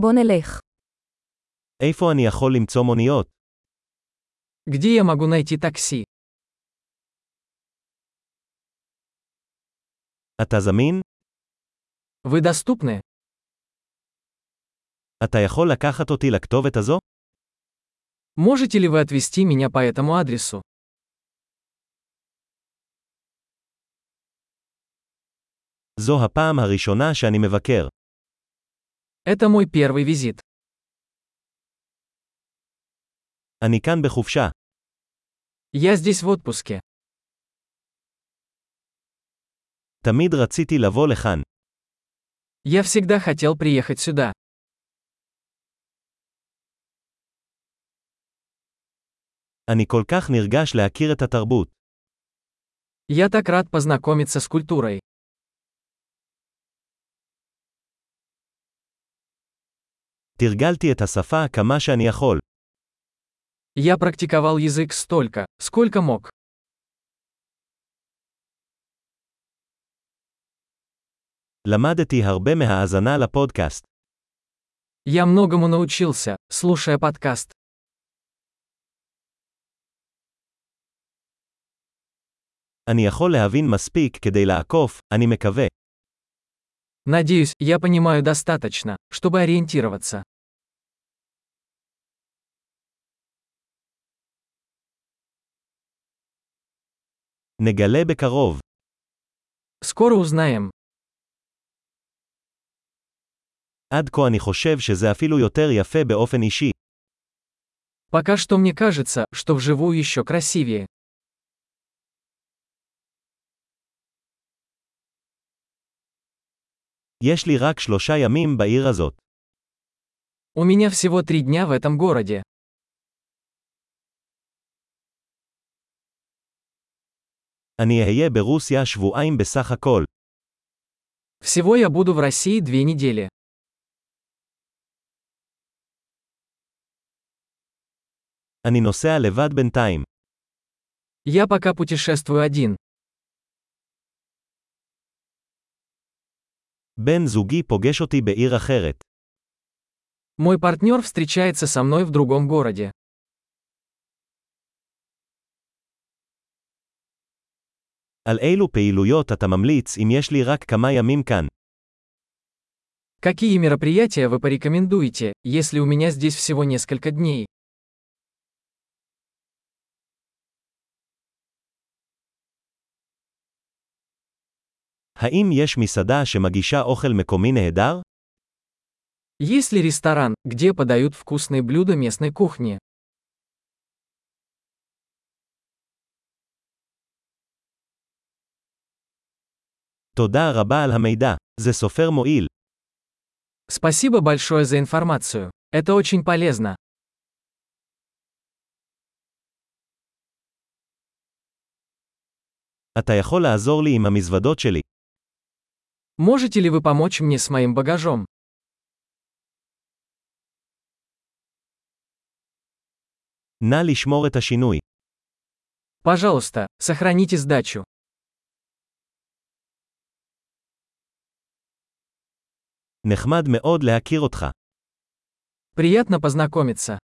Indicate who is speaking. Speaker 1: בוא נלך.
Speaker 2: איפה אני יכול למצוא מוניות?
Speaker 3: Где я могу найти такси?
Speaker 2: אתה זמין?
Speaker 3: Вы доступны?
Speaker 2: אתה יכול לקחת אותי לכתובת הזו?
Speaker 3: Можете ли вы отвезти меня по этому адресу?
Speaker 2: זו הפעם הראשונה שאני מבקר.
Speaker 3: Это мой первый визит.
Speaker 2: אני כאן בחופשה.
Speaker 3: Я здесь в отпуске.
Speaker 2: תמיד רציתי לבוא לכאן.
Speaker 3: Я всегда хотел приехать сюда.
Speaker 2: אני כל כך נרגש להכיר את התרבות.
Speaker 3: Я так рад познакомиться с культурой.
Speaker 2: תרגלתי את השפה כמה שאני יכול.
Speaker 3: Я практиковал язык столько, сколько мог.
Speaker 2: למדתי הרבה מההאזנה לפודקאסט.
Speaker 3: Я многому научился, слушая подкаст.
Speaker 2: אני יכול להבין מספיק כדי לעקוף, אני מקווה.
Speaker 3: Надеюсь, я понимаю достаточно, чтобы ориентироваться.
Speaker 2: נגלה בקרוב.
Speaker 3: Скоро узнаем.
Speaker 2: עד כה אני חושב שזה אפילו יותר יפה באופן אישי.
Speaker 3: Пока что мне кажется, что вживую еще красивее.
Speaker 2: יש לי רק שלושה ימים בעיר הזאת.
Speaker 3: У меня всего три дня в этом городе.
Speaker 2: אני אהיה ברוסיה שבועיים בסך הכל.
Speaker 3: Всего я буду в России две недели.
Speaker 2: אני נוסע לבד בינתיים.
Speaker 3: Я пока путешествую один.
Speaker 2: בן זוגי פוגש אותי בעיר אחרת.
Speaker 3: Мой партнер встречается со мной в другом городе.
Speaker 2: על אילו פעילויות אתה ממליץ אם יש לי רק כמה ימים כאן?
Speaker 3: Какие мероприятия вы порекомендуете, если у меня здесь всего несколько дней?
Speaker 2: האם יש מסעדה שמגישה אוכל מקומי נהדר?
Speaker 3: Есть ли ресторан, где подают вкусные блюда местной кухни?
Speaker 2: תודה רבה על המידע. זה סופר מועיל.
Speaker 3: Спасибо большое за информацию. Это очень полезно.
Speaker 2: אתה יכול לעזור לי עם המזוודות שלי.
Speaker 3: Можете ли вы помочь мне с моим багажом?
Speaker 2: נא לשמור את השינוי.
Speaker 3: Пожалуйста, сохраните сдачу.
Speaker 2: נחמד מאוד להכיר אותך.
Speaker 3: Приятно познакомиться.